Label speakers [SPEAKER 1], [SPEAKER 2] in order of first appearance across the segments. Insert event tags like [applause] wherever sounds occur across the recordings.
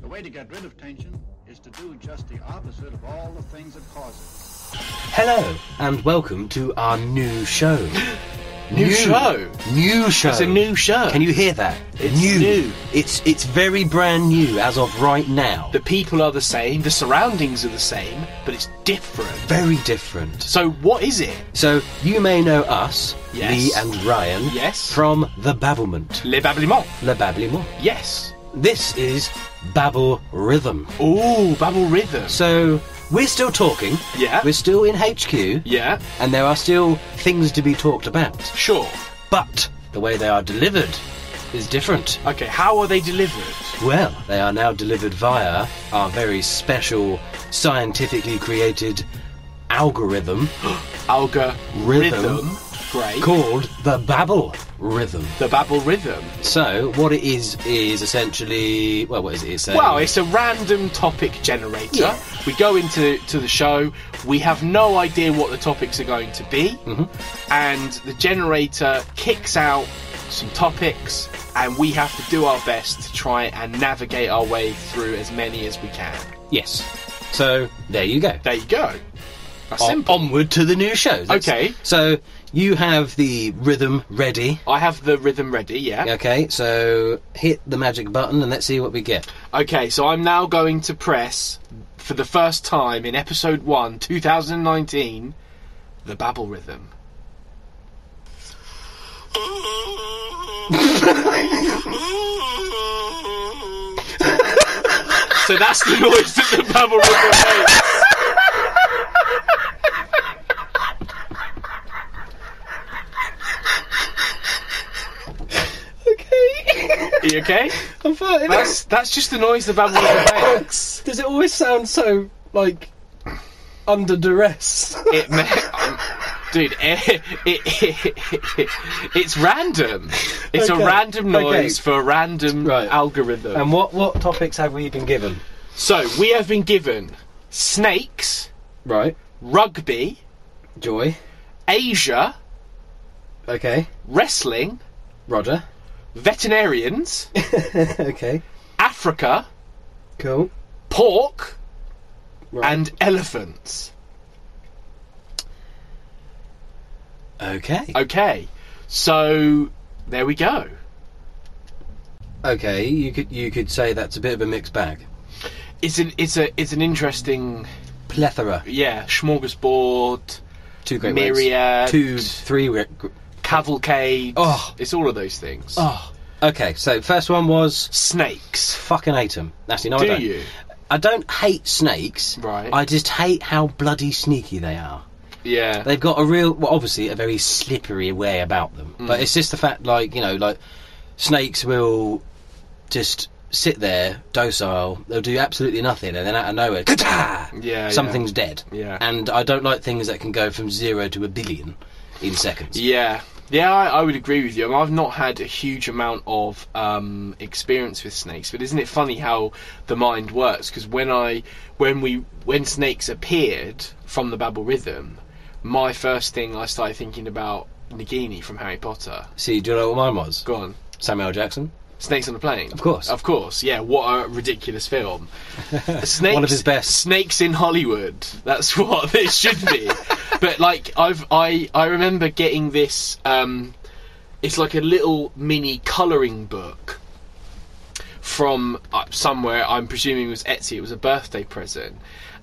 [SPEAKER 1] The way to get rid of tension is to do just the opposite of all the things that cause it.
[SPEAKER 2] Hello and welcome to our new show.
[SPEAKER 3] [gasps] New show?
[SPEAKER 2] New show.
[SPEAKER 3] It's a new show.
[SPEAKER 2] Can you hear that?
[SPEAKER 3] It's new.
[SPEAKER 2] It's it's very brand new as of right now.
[SPEAKER 3] The people are the same, the surroundings are the same, but it's different.
[SPEAKER 2] very different.
[SPEAKER 3] So what is it?
[SPEAKER 2] So you may know us,
[SPEAKER 3] Yes.
[SPEAKER 2] Lee and Ryan,
[SPEAKER 3] Yes.
[SPEAKER 2] from the Babblement,
[SPEAKER 3] Le Babblement.
[SPEAKER 2] Le Babblement.
[SPEAKER 3] Yes.
[SPEAKER 2] This is Babble Rhythm.
[SPEAKER 3] Ooh, Babble Rhythm.
[SPEAKER 2] So we're still talking.
[SPEAKER 3] Yeah.
[SPEAKER 2] We're still in HQ,
[SPEAKER 3] Yeah,
[SPEAKER 2] and there are still things to be talked about.
[SPEAKER 3] sure.
[SPEAKER 2] But the way they are delivered is different.
[SPEAKER 3] Okay, how are they delivered?
[SPEAKER 2] Well, they are now delivered via our very special, scientifically created algorithm
[SPEAKER 3] Alga
[SPEAKER 2] Rhythm.
[SPEAKER 3] Rhythm. Great.
[SPEAKER 2] called the Babel Rhythm.
[SPEAKER 3] The Babble Rhythm.
[SPEAKER 2] So, what it is is essentially well, what is it? It's um, a,
[SPEAKER 3] Well, it's a random topic generator.
[SPEAKER 2] Yeah.
[SPEAKER 3] We go into to the show. We have no idea what the topics are going to be, and the generator kicks out some topics, and we have to do our best to try and navigate our way through as many as we can.
[SPEAKER 2] yes. So there you go.
[SPEAKER 3] There you go. That's
[SPEAKER 2] On-
[SPEAKER 3] simple.
[SPEAKER 2] onward to the new shows. That's-
[SPEAKER 3] Okay.
[SPEAKER 2] So you have the rhythm ready.
[SPEAKER 3] I have the rhythm ready. Yeah.
[SPEAKER 2] Okay. So hit the magic button and let's see what we get.
[SPEAKER 3] Okay, so I'm now going to press for the first time in episode one, 2019, the Babel rhythm. so that's the [laughs] noise that the Babel rhythm makes.
[SPEAKER 2] Okay.
[SPEAKER 3] Are you okay? [laughs]
[SPEAKER 2] I'm fine.
[SPEAKER 3] That's that's just the noise the Babel rhythm makes.
[SPEAKER 2] Does it always sound so like under duress?
[SPEAKER 3] It ma- um, dude, [laughs] it, it, it's random. It's
[SPEAKER 2] Okay,
[SPEAKER 3] a random
[SPEAKER 2] okay.
[SPEAKER 3] noise for a random
[SPEAKER 2] Right.
[SPEAKER 3] algorithm.
[SPEAKER 2] and what what topics have we been given?
[SPEAKER 3] so we have been given snakes,
[SPEAKER 2] Right.
[SPEAKER 3] rugby,
[SPEAKER 2] Joy.
[SPEAKER 3] Asia,
[SPEAKER 2] Okay.
[SPEAKER 3] wrestling,
[SPEAKER 2] Roger. [laughs]
[SPEAKER 3] veterinarians,
[SPEAKER 2] okay.
[SPEAKER 3] Africa,
[SPEAKER 2] Cool.
[SPEAKER 3] pork,
[SPEAKER 2] Right.
[SPEAKER 3] and elephants.
[SPEAKER 2] okay.
[SPEAKER 3] Okay, so there we go.
[SPEAKER 2] Okay. You could you could say that's a bit of a mixed bag.
[SPEAKER 3] It's an it's a it's an interesting
[SPEAKER 2] Plethora.
[SPEAKER 3] yeah smorgasbord.
[SPEAKER 2] Two great
[SPEAKER 3] Myriad.
[SPEAKER 2] words. Two three. Re- gr-
[SPEAKER 3] cavalcade.
[SPEAKER 2] Oh.
[SPEAKER 3] It's all of those things.
[SPEAKER 2] oh. Okay. So first one was
[SPEAKER 3] Snakes.
[SPEAKER 2] fucking hate them. Actually, no, I
[SPEAKER 3] Do
[SPEAKER 2] don't.
[SPEAKER 3] you?
[SPEAKER 2] I don't hate snakes.
[SPEAKER 3] Right.
[SPEAKER 2] I just hate how bloody sneaky they are.
[SPEAKER 3] Yeah.
[SPEAKER 2] They've got a real, well, obviously, a very slippery way about them.
[SPEAKER 3] Mm.
[SPEAKER 2] But it's just the fact, like, you know, like snakes will just sit there, docile. They'll do absolutely nothing, and then out of nowhere, ka
[SPEAKER 3] Yeah,
[SPEAKER 2] something's dead.
[SPEAKER 3] Yeah.
[SPEAKER 2] And I don't like things that can go from zero to a billion in seconds.
[SPEAKER 3] yeah. Yeah, I, I would agree with you. I mean, I've not had a huge amount of um, experience with snakes, but isn't it funny how the mind works? Because when I, when we, when snakes appeared from the Babel rhythm, my first thing I started thinking about Nagini from Harry Potter.
[SPEAKER 2] See, do you know what mine was?
[SPEAKER 3] Go on,
[SPEAKER 2] Samuel Jackson.
[SPEAKER 3] Snakes on a Plane. Of
[SPEAKER 2] course.
[SPEAKER 3] of course. Yeah, what a
[SPEAKER 2] [laughs]
[SPEAKER 3] ridiculous film. snakes,
[SPEAKER 2] One of his best.
[SPEAKER 3] Snakes in Hollywood. That's [laughs] what this should be. but like I've I I remember getting this um it's like a little mini coloring book from uh, somewhere I'm presuming it was Etsy. It was a birthday present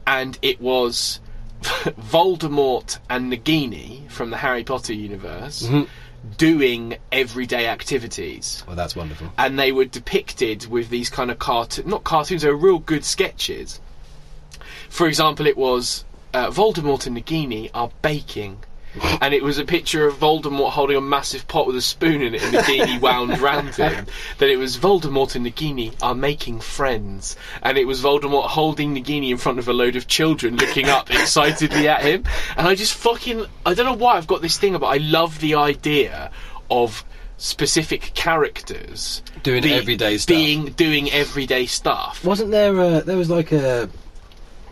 [SPEAKER 3] and it was [laughs] Voldemort and Nagini from the Harry Potter universe
[SPEAKER 2] Mm-hmm.
[SPEAKER 3] doing everyday activities
[SPEAKER 2] Well, that's wonderful.
[SPEAKER 3] and they were depicted with these kind of cartoon not cartoons they were real good sketches for example it was uh, voldemort and nagini are
[SPEAKER 2] [laughs]
[SPEAKER 3] baking and it was a picture of Voldemort holding a massive pot with a spoon in it
[SPEAKER 2] [laughs]
[SPEAKER 3] and Nagini wound round him. Then it was Voldemort and Nagini are making friends. And it was Voldemort holding Nagini in front of a load of children
[SPEAKER 2] [laughs]
[SPEAKER 3] looking up excitedly at him. And I just fucking. I don't know why I've got this thing about I love the idea of specific characters
[SPEAKER 2] Doing
[SPEAKER 3] be-
[SPEAKER 2] everyday stuff.
[SPEAKER 3] being doing everyday stuff
[SPEAKER 2] Wasn't there a, there was like a,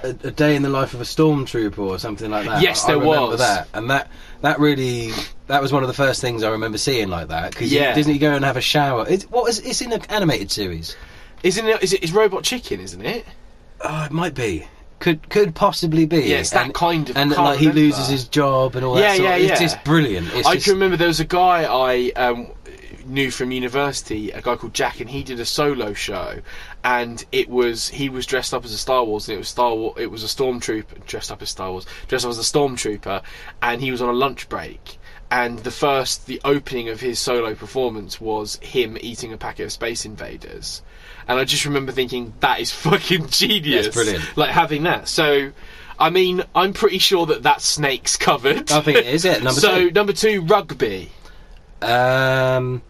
[SPEAKER 2] a a day in the life of a stormtrooper or something like that?
[SPEAKER 3] Yes,
[SPEAKER 2] I
[SPEAKER 3] there
[SPEAKER 2] remember
[SPEAKER 3] was.
[SPEAKER 2] that, and that that really that was one of the first things I remember seeing like that. Because
[SPEAKER 3] Yeah.
[SPEAKER 2] doesn't he go and have a shower? It's what is it's in an animated series.
[SPEAKER 3] Isn't it? Is it? Is Robot Chicken? Isn't it?
[SPEAKER 2] Oh, it might be. Could could possibly be.
[SPEAKER 3] Yeah, it's that
[SPEAKER 2] and,
[SPEAKER 3] kind of-
[SPEAKER 2] And
[SPEAKER 3] can't
[SPEAKER 2] like he
[SPEAKER 3] remember.
[SPEAKER 2] loses his job and all that.
[SPEAKER 3] Yeah,
[SPEAKER 2] sort
[SPEAKER 3] yeah,
[SPEAKER 2] of- It's
[SPEAKER 3] yeah.
[SPEAKER 2] just brilliant. It's
[SPEAKER 3] I
[SPEAKER 2] just,
[SPEAKER 3] can remember there was a guy I um, knew from university, a guy called Jack, and he did a solo show, and it was he was dressed up as a Star Wars, and it was Star War, it was a stormtrooper dressed up as Star Wars, dressed up as a stormtrooper, and he was on a lunch break. And the first, the opening of his solo performance was him eating a packet of Space Invaders, and I just remember thinking that is fucking genius,
[SPEAKER 2] brilliant.
[SPEAKER 3] Like having that. So, I mean, I'm pretty sure that that snake's covered.
[SPEAKER 2] I think
[SPEAKER 3] [laughs]
[SPEAKER 2] it is it number
[SPEAKER 3] so
[SPEAKER 2] two.
[SPEAKER 3] number two, rugby.
[SPEAKER 2] Um,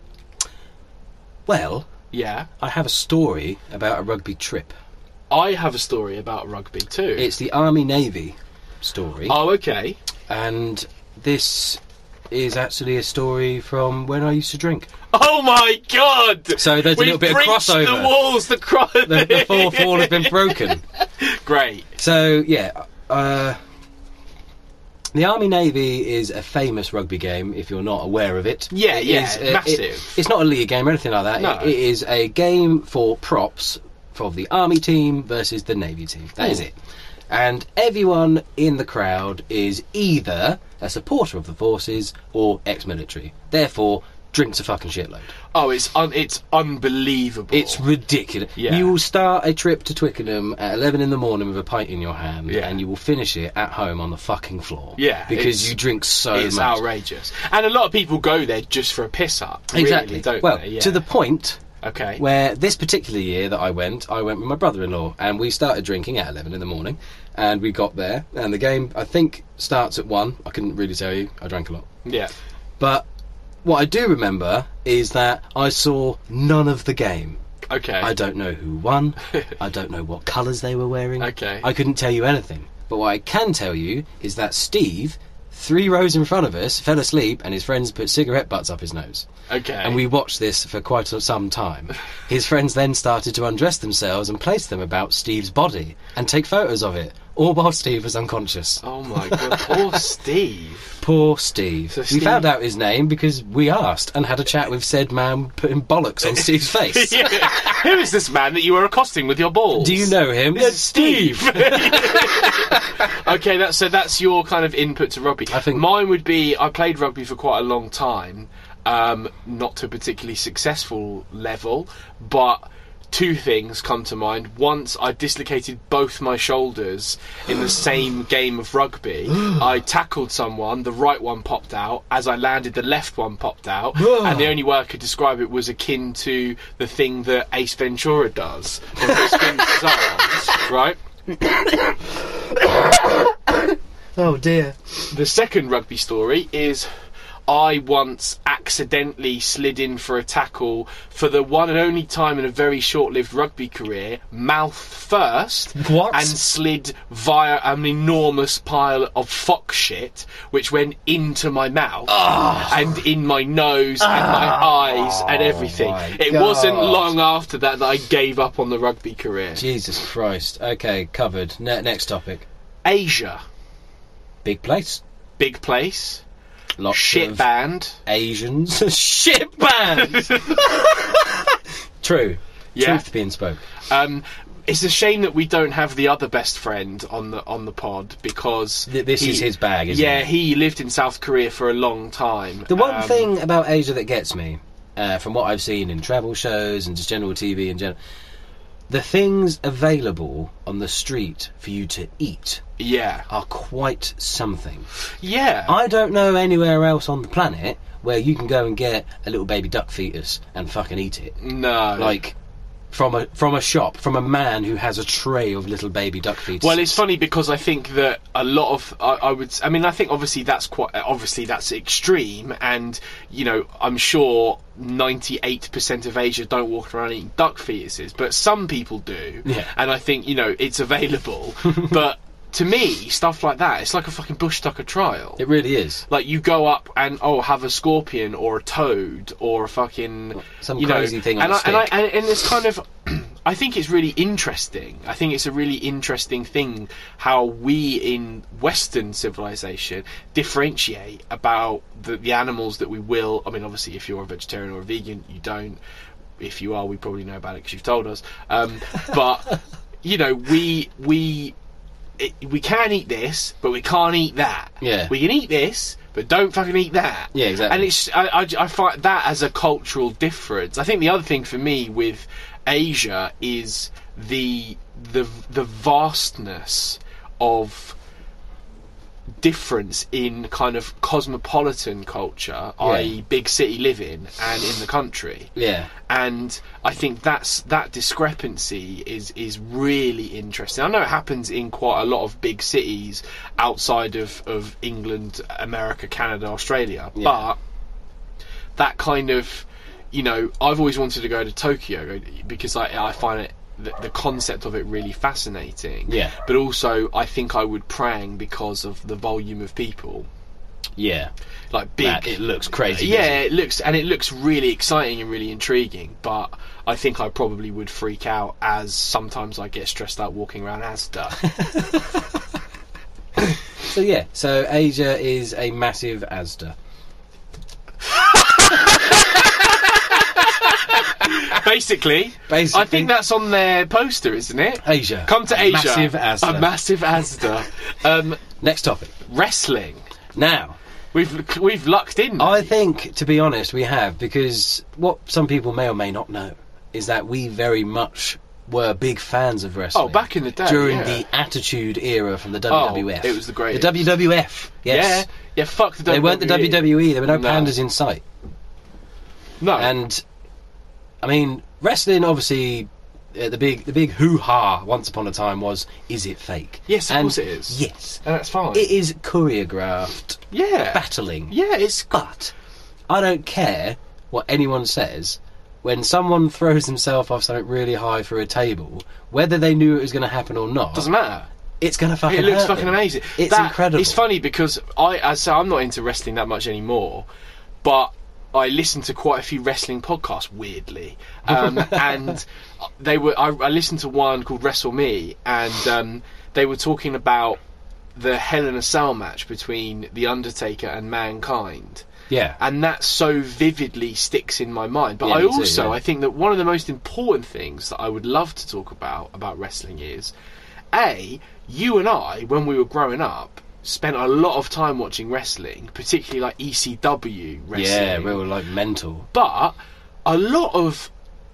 [SPEAKER 2] well,
[SPEAKER 3] Yeah,
[SPEAKER 2] I have a story about a rugby trip.
[SPEAKER 3] I have a story about rugby too.
[SPEAKER 2] It's the Army Navy story,
[SPEAKER 3] oh, okay.
[SPEAKER 2] and this is actually a story from when I used to drink.
[SPEAKER 3] Oh my god!
[SPEAKER 2] So there's a
[SPEAKER 3] We've
[SPEAKER 2] little bit of
[SPEAKER 3] breached
[SPEAKER 2] crossover.
[SPEAKER 3] The walls, the cross.
[SPEAKER 2] The, the fourth wall
[SPEAKER 3] [laughs]
[SPEAKER 2] has been broken.
[SPEAKER 3] Great.
[SPEAKER 2] So yeah, uh, the Army Navy is a famous rugby game. If you're not aware of it,
[SPEAKER 3] Yeah,
[SPEAKER 2] It
[SPEAKER 3] yeah,
[SPEAKER 2] is,
[SPEAKER 3] massive.
[SPEAKER 2] it- it's not a league game or anything like that.
[SPEAKER 3] No.
[SPEAKER 2] It- it is a game for props for the Army team versus the Navy team. That is
[SPEAKER 3] Hmm.
[SPEAKER 2] it. And everyone in the crowd is either a supporter of the forces or ex-military. Therefore, drinks a fucking shitload.
[SPEAKER 3] Oh, it's un- it's unbelievable.
[SPEAKER 2] It's ridiculous.
[SPEAKER 3] Yeah.
[SPEAKER 2] You will start a trip to Twickenham at 11 in the morning with a pint in your hand,
[SPEAKER 3] Yeah.
[SPEAKER 2] and you will finish it at home on the fucking floor.
[SPEAKER 3] Yeah,
[SPEAKER 2] Because
[SPEAKER 3] it's-
[SPEAKER 2] you drink so
[SPEAKER 3] Oh, it's
[SPEAKER 2] much.
[SPEAKER 3] outrageous, and a lot of people go there just for a piss up. really,
[SPEAKER 2] Exactly.
[SPEAKER 3] don't
[SPEAKER 2] well,
[SPEAKER 3] they? Yeah.
[SPEAKER 2] to the point
[SPEAKER 3] okay.
[SPEAKER 2] where this particular year that I went, I went with my brother in law, and we started drinking at 11 in the morning, and we got there, and the game, I think, starts at 1. I couldn't really tell you. I drank a lot.
[SPEAKER 3] yeah.
[SPEAKER 2] But what I do remember is that I saw none of the game.
[SPEAKER 3] Okay.
[SPEAKER 2] I don't know who
[SPEAKER 3] [laughs]
[SPEAKER 2] won. I don't know what colours they were wearing.
[SPEAKER 3] Okay.
[SPEAKER 2] I couldn't tell you anything. But what I can tell you is that Steve, three rows in front of us, fell asleep and his friends put cigarette butts up his nose.
[SPEAKER 3] okay.
[SPEAKER 2] And we watched this for quite some time.
[SPEAKER 3] [laughs]
[SPEAKER 2] His friends then started to undress themselves and place them about Steve's body and take photos of it, all while Steve was unconscious.
[SPEAKER 3] Oh
[SPEAKER 2] [laughs]
[SPEAKER 3] my god! Poor Steve.
[SPEAKER 2] Poor Steve.
[SPEAKER 3] So
[SPEAKER 2] We
[SPEAKER 3] Steve-
[SPEAKER 2] found out his name because we asked and had a chat with said man putting bollocks
[SPEAKER 3] [laughs]
[SPEAKER 2] on Steve's face.
[SPEAKER 3] Yeah. Who is this man that you were accosting with your balls?
[SPEAKER 2] Do you know him?
[SPEAKER 3] This is [laughs] okay, that's so that's your kind of input to rugby.
[SPEAKER 2] I think-
[SPEAKER 3] mine would be I played rugby for quite a long time, um, not to a particularly successful level, but two things come to mind. Once I dislocated both my shoulders in the same game of
[SPEAKER 2] [gasps]
[SPEAKER 3] rugby. I tackled someone, the right one popped out. As I landed, the left one popped out, and the only way I could describe it was akin to the thing that Ace Ventura does
[SPEAKER 2] [laughs]
[SPEAKER 3] when he spins his arms, right?
[SPEAKER 2] Oh dear.
[SPEAKER 3] The second rugby story is I once accidentally slid in for a tackle for the one and only time in a very short lived rugby career, mouth first.
[SPEAKER 2] What?
[SPEAKER 3] And slid via an enormous pile of fox shit, which went into my mouth
[SPEAKER 2] Ah.
[SPEAKER 3] and in my nose and my eyes and everything.
[SPEAKER 2] Oh, my
[SPEAKER 3] It wasn't
[SPEAKER 2] God.
[SPEAKER 3] long after that that I gave up on the rugby career.
[SPEAKER 2] Jesus Christ. Okay, covered. Ne- next topic.
[SPEAKER 3] Asia,
[SPEAKER 2] Big place.
[SPEAKER 3] big place,
[SPEAKER 2] Lots
[SPEAKER 3] shit
[SPEAKER 2] of
[SPEAKER 3] band.
[SPEAKER 2] Asians. [laughs] shit band. [laughs] True.
[SPEAKER 3] Yeah.
[SPEAKER 2] Truth being spoke.
[SPEAKER 3] Um, it's a shame that we don't have the other best friend on the on the pod because
[SPEAKER 2] Th- this is his bag, isn't
[SPEAKER 3] yeah,
[SPEAKER 2] it?
[SPEAKER 3] he lived in South Korea for a long time.
[SPEAKER 2] The one
[SPEAKER 3] Um,
[SPEAKER 2] thing about Asia that gets me, uh, from what I've seen in travel shows and just general TV in general, the things available on the street for you to eat
[SPEAKER 3] yeah,
[SPEAKER 2] are quite something.
[SPEAKER 3] yeah,
[SPEAKER 2] I don't know anywhere else on the planet where you can go and get a little baby duck fetus and fucking eat it.
[SPEAKER 3] no,
[SPEAKER 2] like from a from a shop from a man who has a tray of little baby duck feet.
[SPEAKER 3] Well, it's funny because I think that a lot of I, I would. I mean, I think obviously that's quite obviously that's extreme, and you know, I'm sure 98% of Asia don't walk around eating duck fetuses, but some people do.
[SPEAKER 2] Yeah.
[SPEAKER 3] And I think you know it's available, but to me, stuff like that, it's like a fucking bush tucker trial.
[SPEAKER 2] it really is.
[SPEAKER 3] Like you go up and oh, have a scorpion or a toad or a fucking
[SPEAKER 2] Some
[SPEAKER 3] you
[SPEAKER 2] crazy
[SPEAKER 3] know,
[SPEAKER 2] thing on
[SPEAKER 3] And
[SPEAKER 2] a
[SPEAKER 3] I, and I
[SPEAKER 2] stick.
[SPEAKER 3] and, and it's kind of, [clears throat] I think it's really interesting. I think it's a really interesting thing how we in Western civilization differentiate about the the animals that we will. I mean, obviously, if you're a vegetarian or a vegan, you don't if you are, we probably know about it because you've told us. Um, but [laughs] you know, we we it, we can eat this, but we can't eat that.
[SPEAKER 2] Yeah.
[SPEAKER 3] we can eat this, but don't fucking eat that.
[SPEAKER 2] Yeah, exactly.
[SPEAKER 3] And it's I, I, I find that as a cultural difference. I think the other thing for me with Asia is the the the vastness of difference in kind of cosmopolitan culture, i.e., big city living, and in the country
[SPEAKER 2] Yeah.
[SPEAKER 3] and I think that's that discrepancy is is really interesting. I know it happens in quite a lot of big cities outside of of England, America, Canada, Australia,
[SPEAKER 2] Yeah.
[SPEAKER 3] but that kind of you know I've always wanted to go to Tokyo because I I find it the, the concept of it really fascinating.
[SPEAKER 2] Yeah.
[SPEAKER 3] But also I think I would prang because of the volume of people.
[SPEAKER 2] Yeah.
[SPEAKER 3] Like big
[SPEAKER 2] That, it looks crazy.
[SPEAKER 3] yeah,
[SPEAKER 2] doesn't
[SPEAKER 3] it looks and it looks really exciting and really intriguing. But I think I probably would freak out as sometimes I get stressed out walking
[SPEAKER 2] [laughs]
[SPEAKER 3] around Asda.
[SPEAKER 2] it? So yeah. So Asia is a massive Asda.
[SPEAKER 3] Basically,
[SPEAKER 2] Basically,
[SPEAKER 3] I think that's on their poster, isn't it?
[SPEAKER 2] Asia.
[SPEAKER 3] Come to
[SPEAKER 2] A
[SPEAKER 3] Asia,
[SPEAKER 2] Massive Asda.
[SPEAKER 3] a massive Asda. um,
[SPEAKER 2] Next topic.
[SPEAKER 3] wrestling.
[SPEAKER 2] Now,
[SPEAKER 3] We've we've lucked in. mate.
[SPEAKER 2] I think, to be honest, we have because what some people may or may not know is that we very much were big fans of wrestling.
[SPEAKER 3] Oh, back in the day,
[SPEAKER 2] during
[SPEAKER 3] yeah. Oh,
[SPEAKER 2] the Attitude Era from the WWF,
[SPEAKER 3] it was the greatest.
[SPEAKER 2] The WWF, yes.
[SPEAKER 3] yeah, yeah. Fuck the WWE.
[SPEAKER 2] They weren't the WWE. There were no,
[SPEAKER 3] E. No.
[SPEAKER 2] pandas in sight.
[SPEAKER 3] No,
[SPEAKER 2] And I mean, wrestling obviously uh, the big the big hoo ha once upon a time was is it fake?
[SPEAKER 3] Yes, of
[SPEAKER 2] and
[SPEAKER 3] course it is.
[SPEAKER 2] Yes,
[SPEAKER 3] and that's fine.
[SPEAKER 2] it is choreographed
[SPEAKER 3] yeah,
[SPEAKER 2] battling.
[SPEAKER 3] yeah. It's
[SPEAKER 2] But I don't care what anyone says. When someone throws himself off something really high through a table, whether they knew it was going to happen or not,
[SPEAKER 3] doesn't matter.
[SPEAKER 2] it's going to fucking.
[SPEAKER 3] It looks
[SPEAKER 2] hurt
[SPEAKER 3] fucking
[SPEAKER 2] them.
[SPEAKER 3] amazing.
[SPEAKER 2] It's
[SPEAKER 3] That-
[SPEAKER 2] incredible.
[SPEAKER 3] It's funny because I, as I say, I'm not into wrestling that much anymore, but I listen to quite a few wrestling podcasts. Weirdly, um,
[SPEAKER 2] [laughs]
[SPEAKER 3] and they were. I, I listened to one called Wrestle Me, and um, they were talking about the Hell in a Cell match between the Undertaker and Mankind
[SPEAKER 2] Yeah.
[SPEAKER 3] and that so vividly sticks in my mind. But
[SPEAKER 2] Yeah,
[SPEAKER 3] I
[SPEAKER 2] me too,
[SPEAKER 3] also
[SPEAKER 2] yeah.
[SPEAKER 3] I think that one of the most important things that I would love to talk about about wrestling is a you and I when we were growing up spent a lot of time watching wrestling, particularly like ECW wrestling.
[SPEAKER 2] yeah, we were like mental.
[SPEAKER 3] But a lot of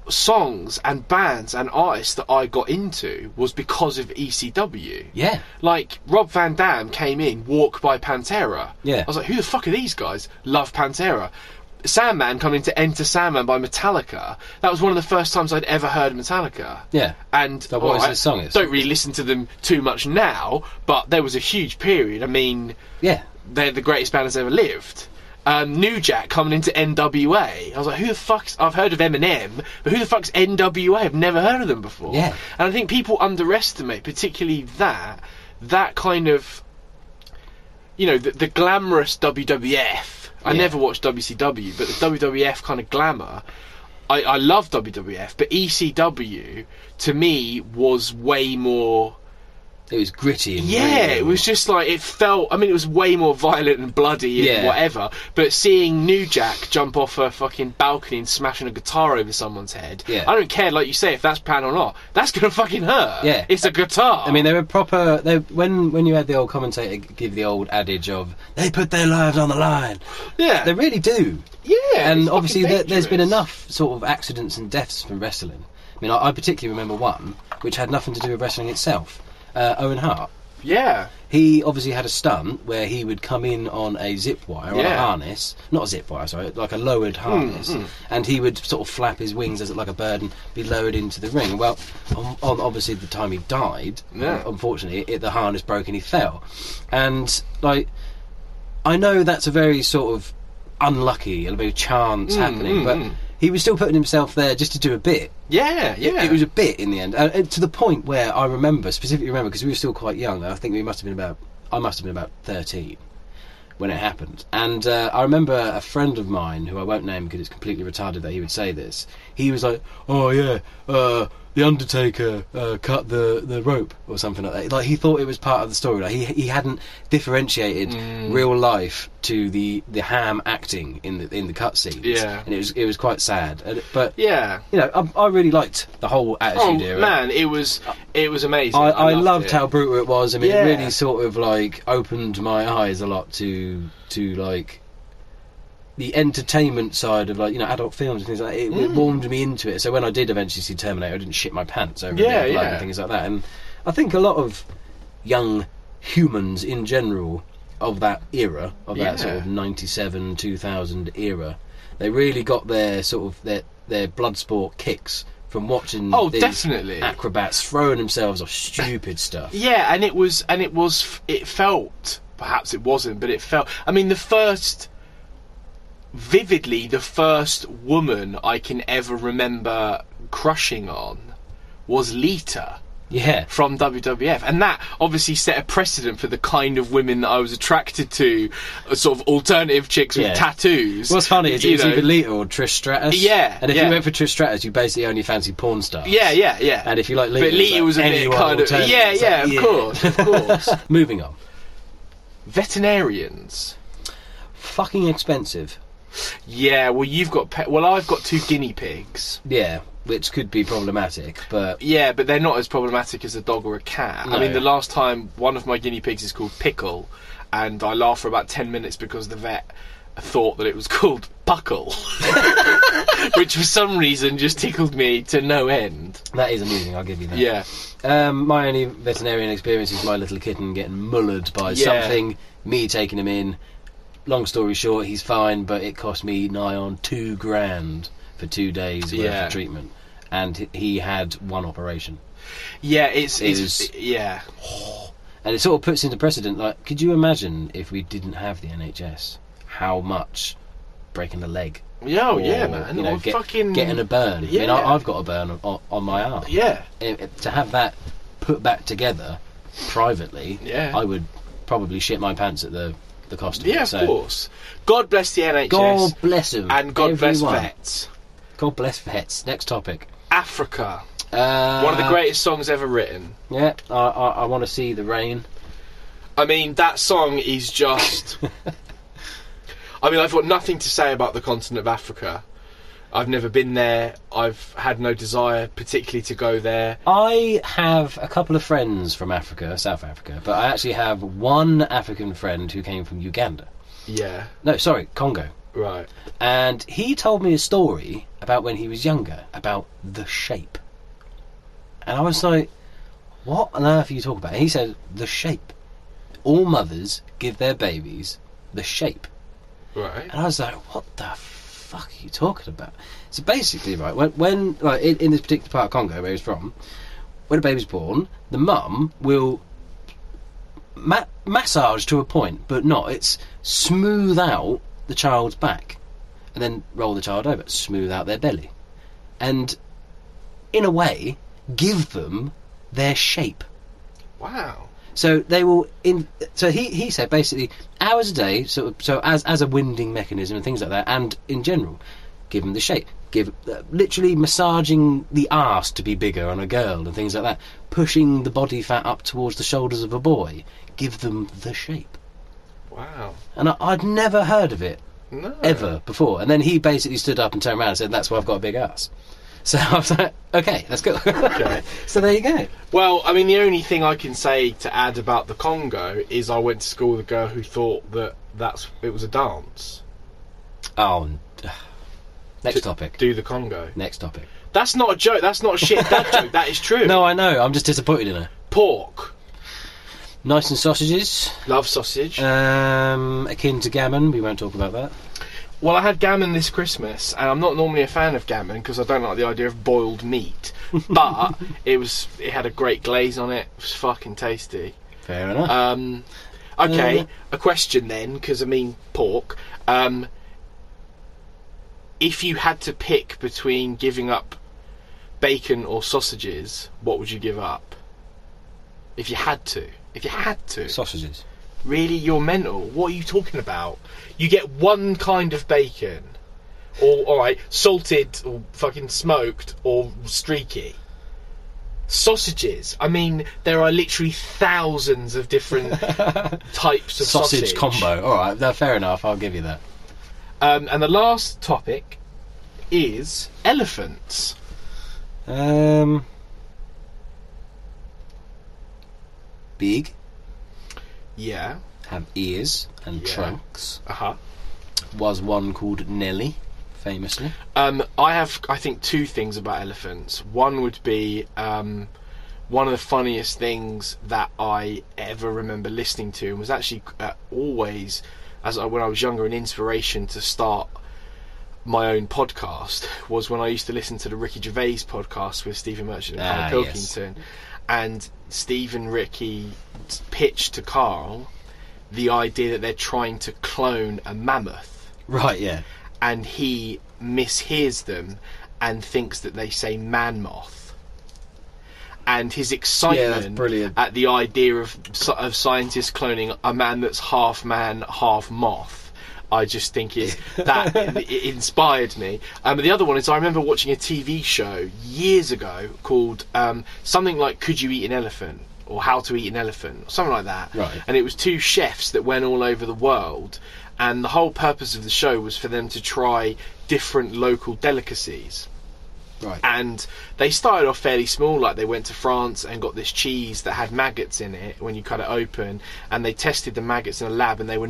[SPEAKER 3] songs and bands and artists that I got into was because of E ECW.
[SPEAKER 2] Yeah.
[SPEAKER 3] Like Rob Van Dam came in, Walk by Pantera.
[SPEAKER 2] Yeah.
[SPEAKER 3] I was like, who the fuck are these guys? Love Pantera. Sandman coming to Enter Sandman by Metallica. That was one of the first times I'd ever heard Metallica.
[SPEAKER 2] Yeah.
[SPEAKER 3] And
[SPEAKER 2] So what is
[SPEAKER 3] well, I
[SPEAKER 2] this song is?
[SPEAKER 3] Don't really listen to them too much now, but there was a huge period. I mean,
[SPEAKER 2] Yeah.
[SPEAKER 3] they're the greatest band that's ever lived. Um, New Jack coming into NWA. I was like, who the fuck's. I've heard of Eminem, but who the fuck's NWA? I've never heard of them before.
[SPEAKER 2] Yeah.
[SPEAKER 3] And I think people underestimate, particularly that, that kind of. You know, the, the glamorous WWF. I
[SPEAKER 2] Yeah.
[SPEAKER 3] never watched WCW, but the WWF kind of glamour. I, I love WWF, but ECW to me was way more
[SPEAKER 2] It was gritty and
[SPEAKER 3] yeah,
[SPEAKER 2] real.
[SPEAKER 3] it was just like it felt. I mean, it was way more violent and bloody and
[SPEAKER 2] Yeah.
[SPEAKER 3] whatever. But seeing New Jack jump off a fucking balcony and smashing a guitar over someone's head,
[SPEAKER 2] Yeah.
[SPEAKER 3] I don't care. Like you say, if that's planned or not, that's gonna fucking hurt.
[SPEAKER 2] Yeah.
[SPEAKER 3] it's a guitar.
[SPEAKER 2] I mean, they were proper. They when when you had the old commentator give the old adage of they put their lives on the line,
[SPEAKER 3] yeah,
[SPEAKER 2] they really do.
[SPEAKER 3] yeah.
[SPEAKER 2] and
[SPEAKER 3] it's
[SPEAKER 2] obviously
[SPEAKER 3] fucking
[SPEAKER 2] there, there's been
[SPEAKER 3] dangerous.
[SPEAKER 2] enough sort of accidents and deaths from wrestling. I mean, I, I particularly remember one which had nothing to do with wrestling itself. Uh, Owen Hart.
[SPEAKER 3] Yeah,
[SPEAKER 2] He obviously had a stunt where he would come in on a zip wire, on a
[SPEAKER 3] Yeah. Hmm,
[SPEAKER 2] harness, not a zip wire, sorry, like a lowered harness, and he would sort of flap his wings as like a bird and be lowered into the ring. Well, on, on obviously the time he died,
[SPEAKER 3] Yeah.
[SPEAKER 2] unfortunately, it, the harness broke and he fell. And like, I know that's a very sort of unlucky, a bit of chance happening,
[SPEAKER 3] mm,
[SPEAKER 2] but
[SPEAKER 3] mm.
[SPEAKER 2] he was still putting himself there just to do a bit.
[SPEAKER 3] yeah, yeah.
[SPEAKER 2] It, it was a bit in the end, uh, and to the point where I remember specifically remember because we were still quite young. I think we must have been about I must have been about thirteen when it happened, and uh, I remember a friend of mine who I won't name because it's completely retarded that he would say this. He was like, "Oh yeah, uh, the Undertaker uh, cut the, the rope or something like that. Like he thought it was part of the story. Like he he hadn't differentiated
[SPEAKER 3] Mm.
[SPEAKER 2] real life to the, the ham acting in the in the cutscenes.
[SPEAKER 3] Yeah.
[SPEAKER 2] and it was it was quite sad. And, it- but
[SPEAKER 3] Yeah.
[SPEAKER 2] you know, I, I really liked the whole
[SPEAKER 3] Oh
[SPEAKER 2] attitude era.
[SPEAKER 3] man, it was it was amazing.
[SPEAKER 2] I, I, loved,
[SPEAKER 3] it.
[SPEAKER 2] how brutal it was. I mean,
[SPEAKER 3] Yeah.
[SPEAKER 2] it really sort of like opened my eyes a lot to to like the entertainment side of like you know adult films and things like that. It,
[SPEAKER 3] Mm.
[SPEAKER 2] it warmed me into it. So when I did eventually see Terminator, I didn't shit my pants over
[SPEAKER 3] Yeah,
[SPEAKER 2] the blood
[SPEAKER 3] yeah.
[SPEAKER 2] and things like that. And I think a lot of young humans in general of that era of that sort
[SPEAKER 3] Yeah.
[SPEAKER 2] of 97 2000 era they really got their sort of their their blood sport kicks from watching
[SPEAKER 3] Oh,
[SPEAKER 2] these
[SPEAKER 3] definitely.
[SPEAKER 2] acrobats throwing themselves off stupid stuff.
[SPEAKER 3] [laughs] Yeah, and it was, and it was, f- it felt, perhaps it wasn't, but it felt. I mean, the first, vividly, the first woman I can ever remember crushing on was Lita
[SPEAKER 2] Yeah,
[SPEAKER 3] from WWF, and that obviously set a precedent for the kind of women that I was attracted to, uh, sort of alternative chicks
[SPEAKER 2] Yeah.
[SPEAKER 3] with tattoos.
[SPEAKER 2] What's funny is
[SPEAKER 3] you
[SPEAKER 2] it was
[SPEAKER 3] know.
[SPEAKER 2] either Lita or Trish Stratus.
[SPEAKER 3] Yeah,
[SPEAKER 2] and if
[SPEAKER 3] yeah.
[SPEAKER 2] you went for Trish Stratus, you basically only fancy porn stars.
[SPEAKER 3] Yeah, yeah, yeah.
[SPEAKER 2] And if you like Lita,
[SPEAKER 3] but
[SPEAKER 2] it's
[SPEAKER 3] Lita
[SPEAKER 2] like
[SPEAKER 3] was a bit
[SPEAKER 2] anyone
[SPEAKER 3] kind of
[SPEAKER 2] alternative.
[SPEAKER 3] yeah,
[SPEAKER 2] It's
[SPEAKER 3] yeah,
[SPEAKER 2] like,
[SPEAKER 3] of course, of course.
[SPEAKER 2] [laughs] Moving on,
[SPEAKER 3] Veterinarians.
[SPEAKER 2] fucking expensive.
[SPEAKER 3] Yeah, well, you've got pe- well, I've got two guinea pigs.
[SPEAKER 2] Yeah, which could be problematic, but
[SPEAKER 3] Yeah, but they're not as problematic as a dog or a cat. I
[SPEAKER 2] No.
[SPEAKER 3] mean, the last time one of my guinea pigs is called Pickle, and I laughed for about ten minutes because the vet thought that it was [laughs] called Puckle, [laughs] which for some reason just tickled me to no end.
[SPEAKER 2] that is amusing. I'll give you that.
[SPEAKER 3] Yeah,
[SPEAKER 2] Um, my only veterinarian experience is my little kitten getting mullered by
[SPEAKER 3] Yeah.
[SPEAKER 2] something, me taking him in. Long story short, he's fine, but it cost me nigh on two grand for two days worth
[SPEAKER 3] Yeah.
[SPEAKER 2] of treatment. And h- he had one operation.
[SPEAKER 3] yeah, it's
[SPEAKER 2] It
[SPEAKER 3] it's
[SPEAKER 2] was-
[SPEAKER 3] yeah,
[SPEAKER 2] And it sort of puts into precedent like, could you imagine if we didn't have the NHS? How much breaking a leg?
[SPEAKER 3] yeah, oh,
[SPEAKER 2] or,
[SPEAKER 3] yeah, man,
[SPEAKER 2] You know,
[SPEAKER 3] Or
[SPEAKER 2] get-
[SPEAKER 3] fucking
[SPEAKER 2] getting a burn. I mean,
[SPEAKER 3] Yeah.
[SPEAKER 2] I, I've got a burn on- on, on my arm.
[SPEAKER 3] yeah.
[SPEAKER 2] it- it- to have that put back together privately,
[SPEAKER 3] Yeah.
[SPEAKER 2] I would probably shit my pants at the, the cost of it.
[SPEAKER 3] Yeah, of
[SPEAKER 2] So,
[SPEAKER 3] course. God bless the NHS
[SPEAKER 2] God bless them.
[SPEAKER 3] and God bless
[SPEAKER 2] everyone.
[SPEAKER 3] vets.
[SPEAKER 2] God bless vets. Next topic.
[SPEAKER 3] Africa.
[SPEAKER 2] Uh,
[SPEAKER 3] One of the greatest songs ever written.
[SPEAKER 2] Yeah, I, I, I want to see the rain.
[SPEAKER 3] I mean, that song
[SPEAKER 2] [laughs]
[SPEAKER 3] is just. I mean, I've got nothing to say about the continent of Africa. I've never been there. I've had no desire, particularly, to go there.
[SPEAKER 2] I have a couple of friends from Africa, South Africa, but I actually have one African friend who came from Uganda.
[SPEAKER 3] Yeah,
[SPEAKER 2] No, sorry, Congo.
[SPEAKER 3] right.
[SPEAKER 2] And he told me a story about when he was younger about the shape. And I was like, what on earth are you talking about? And he said, the shape. All mothers give their babies the shape.
[SPEAKER 3] Right.
[SPEAKER 2] And I was like, what the fuck are you talking about? So basically, right, when, when like, in, in this particular part of Congo where he's from, when a baby's born, the mum will ma- massage to a point, but not. It's smooth out the child's back and then roll the child over, smooth out their belly. And in a way, give them their shape.
[SPEAKER 3] Wow.
[SPEAKER 2] So they will in. So he, he said basically hours a day. So so as as a winding mechanism and things like that, and in general, give them the shape. Give uh, literally massaging the arse to be bigger on a girl and things like that. Pushing the body fat up towards the shoulders of a boy. Give them the shape.
[SPEAKER 3] Wow.
[SPEAKER 2] And I, I'd never heard of it
[SPEAKER 3] No.
[SPEAKER 2] ever before. And then he basically stood up and turned around and said, "That's why I've got a big ass." [laughs] So I was like, "Okay, let's go."
[SPEAKER 3] Okay.
[SPEAKER 2] [laughs] so there you go.
[SPEAKER 3] Well, I mean, the only thing I can say to add about the Congo is I went to school with a girl who thought that that's it was a dance.
[SPEAKER 2] Oh, n- next topic.
[SPEAKER 3] Do the Congo.
[SPEAKER 2] Next topic.
[SPEAKER 3] That's not a joke. That's not a shit
[SPEAKER 2] [laughs]
[SPEAKER 3] dad joke. That is true.
[SPEAKER 2] No, I know. I'm just disappointed in her.
[SPEAKER 3] Pork.
[SPEAKER 2] Nice and sausages,
[SPEAKER 3] Love sausage.
[SPEAKER 2] Uh. um, akin to gammon. We won't talk about that.
[SPEAKER 3] Well, I had gammon this Christmas, and I'm not normally a fan of gammon because I don't like the idea of
[SPEAKER 2] [laughs]
[SPEAKER 3] boiled meat. But it was it had a great glaze on it. It was fucking tasty.
[SPEAKER 2] Fair enough.
[SPEAKER 3] Um, okay,
[SPEAKER 2] Uh,
[SPEAKER 3] a question then, because I mean pork. Um, if you had to pick between giving up bacon or sausages, what would you give up? If you had to, if you had to,
[SPEAKER 2] sausages.
[SPEAKER 3] Really, you're mental. What are you talking about? You get one kind of bacon, or all right, salted or fucking smoked or streaky. sausages. I mean, there are literally thousands
[SPEAKER 2] [laughs]
[SPEAKER 3] of different types of
[SPEAKER 2] Sausage
[SPEAKER 3] sausage
[SPEAKER 2] combo. All right, no, fair enough. I'll give you that.
[SPEAKER 3] Um, and the last topic is elephants.
[SPEAKER 2] Um, big,
[SPEAKER 3] Yeah.
[SPEAKER 2] have ears and
[SPEAKER 3] Yeah.
[SPEAKER 2] trunks.
[SPEAKER 3] Uh huh.
[SPEAKER 2] Was one called Nelly, famously.
[SPEAKER 3] Um, I have, I think, two things about elephants. One would be um, one of the funniest things that I ever remember listening to, and was actually uh, always, as I, when I was younger, an inspiration to start my own podcast. Was when I used to listen to the Ricky Gervais podcast with Stephen Merchant and
[SPEAKER 2] Ah,
[SPEAKER 3] Carl
[SPEAKER 2] yes.
[SPEAKER 3] Pilkington, and Steve and Ricky pitched to Carl the idea that they're trying to clone a mammoth
[SPEAKER 2] Right, yeah.
[SPEAKER 3] and he mishears them and thinks that they say man moth. And his excitement
[SPEAKER 2] brilliant.
[SPEAKER 3] at the idea of sci- of scientists cloning a man that's half man, half moth. I just think is that it it inspired me. Um, the other one is I remember watching a TV show years ago called um, something like "Could You Eat an Elephant?" or "How to Eat an Elephant?" or something like that
[SPEAKER 2] Right.
[SPEAKER 3] and it was two chefs that went all over the world and the whole purpose of the show was for them to try different local delicacies
[SPEAKER 2] Right.
[SPEAKER 3] and they started off fairly small like they went to france and got this cheese that had maggots in it when you cut it open and they tested the maggots in a lab and they were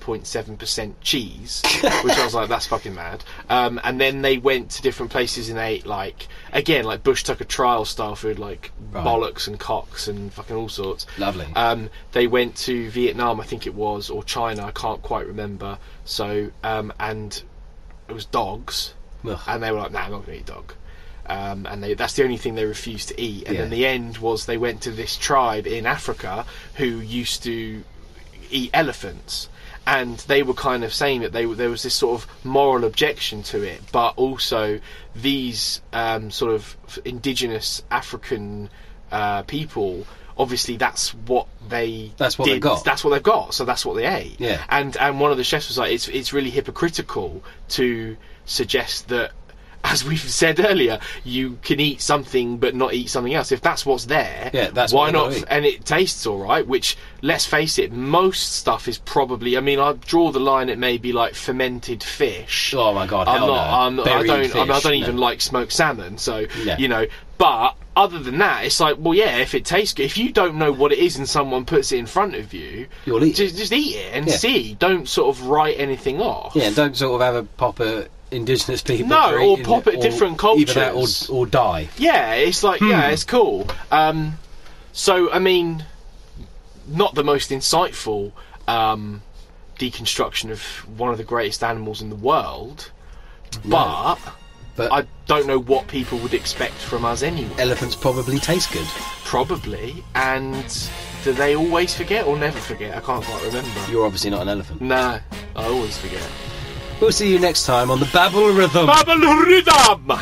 [SPEAKER 3] 99.7%
[SPEAKER 2] [laughs]
[SPEAKER 3] cheese which i was like that's fucking mad um, and then they went to different places and ate like again like bush tucker trial style food like
[SPEAKER 2] Right.
[SPEAKER 3] bollocks and cocks and fucking all sorts
[SPEAKER 2] Lovely.
[SPEAKER 3] um, they went to Vietnam, I think it was, or China, I can't quite remember. So, um, and it was dogs,
[SPEAKER 2] Ugh.
[SPEAKER 3] and they were like, "Nah, I'm not going to eat dog." Um, and they, that's the only thing they refused to eat. And
[SPEAKER 2] Yeah.
[SPEAKER 3] then the end was they went to this tribe in Africa who used to eat elephants. And they were kind of saying that they were- there was this sort of moral objection to it, but also these um, sort of indigenous African uh, people, obviously that's what they
[SPEAKER 2] That's what
[SPEAKER 3] did.
[SPEAKER 2] they got.
[SPEAKER 3] That's what they've got. So that's what they ate.
[SPEAKER 2] Yeah.
[SPEAKER 3] And and one of the chefs was like, it's it's really hypocritical to suggest that, [laughs] as we've said earlier, you can eat something but not eat something else. If that's what's there,
[SPEAKER 2] Yeah, that's what
[SPEAKER 3] why
[SPEAKER 2] they're
[SPEAKER 3] not?
[SPEAKER 2] gonna
[SPEAKER 3] f-
[SPEAKER 2] eat.
[SPEAKER 3] and it tastes all right. Which let's face it, most stuff is probably. I mean, I draw the line at maybe like fermented fish.
[SPEAKER 2] Oh my god,
[SPEAKER 3] I'm
[SPEAKER 2] hell
[SPEAKER 3] not. I'm,
[SPEAKER 2] no.
[SPEAKER 3] not- I
[SPEAKER 2] Buried
[SPEAKER 3] don't. I, mean, I
[SPEAKER 2] fish,
[SPEAKER 3] don't
[SPEAKER 2] no.
[SPEAKER 3] even like smoked salmon. So
[SPEAKER 2] Yeah.
[SPEAKER 3] you know, but other than that, it's like, well, yeah. If it tastes good, if you don't know what it is and someone puts it in front of you,
[SPEAKER 2] You'll eat
[SPEAKER 3] Just, just eat it and
[SPEAKER 2] Yeah.
[SPEAKER 3] see. Don't sort of write anything off.
[SPEAKER 2] Yeah, and don't sort of have a pop at indigenous people.
[SPEAKER 3] No,
[SPEAKER 2] for
[SPEAKER 3] or
[SPEAKER 2] eating
[SPEAKER 3] pop
[SPEAKER 2] it,
[SPEAKER 3] at different
[SPEAKER 2] Either that or,
[SPEAKER 3] cultures.
[SPEAKER 2] or die.
[SPEAKER 3] Yeah, it's like, yeah, it's cool. Um, so I mean, not the most insightful um, deconstruction of one of the greatest animals in the world, but.
[SPEAKER 2] But
[SPEAKER 3] I don't know what people would expect from us anyway.
[SPEAKER 2] elephants probably taste good.
[SPEAKER 3] Probably. And do they always forget or never forget? I can't quite remember.
[SPEAKER 2] You're obviously not an elephant.
[SPEAKER 3] Nah, I always forget.
[SPEAKER 2] We'll see you next time on the Babble Rhythm.
[SPEAKER 3] Babble Rhythm!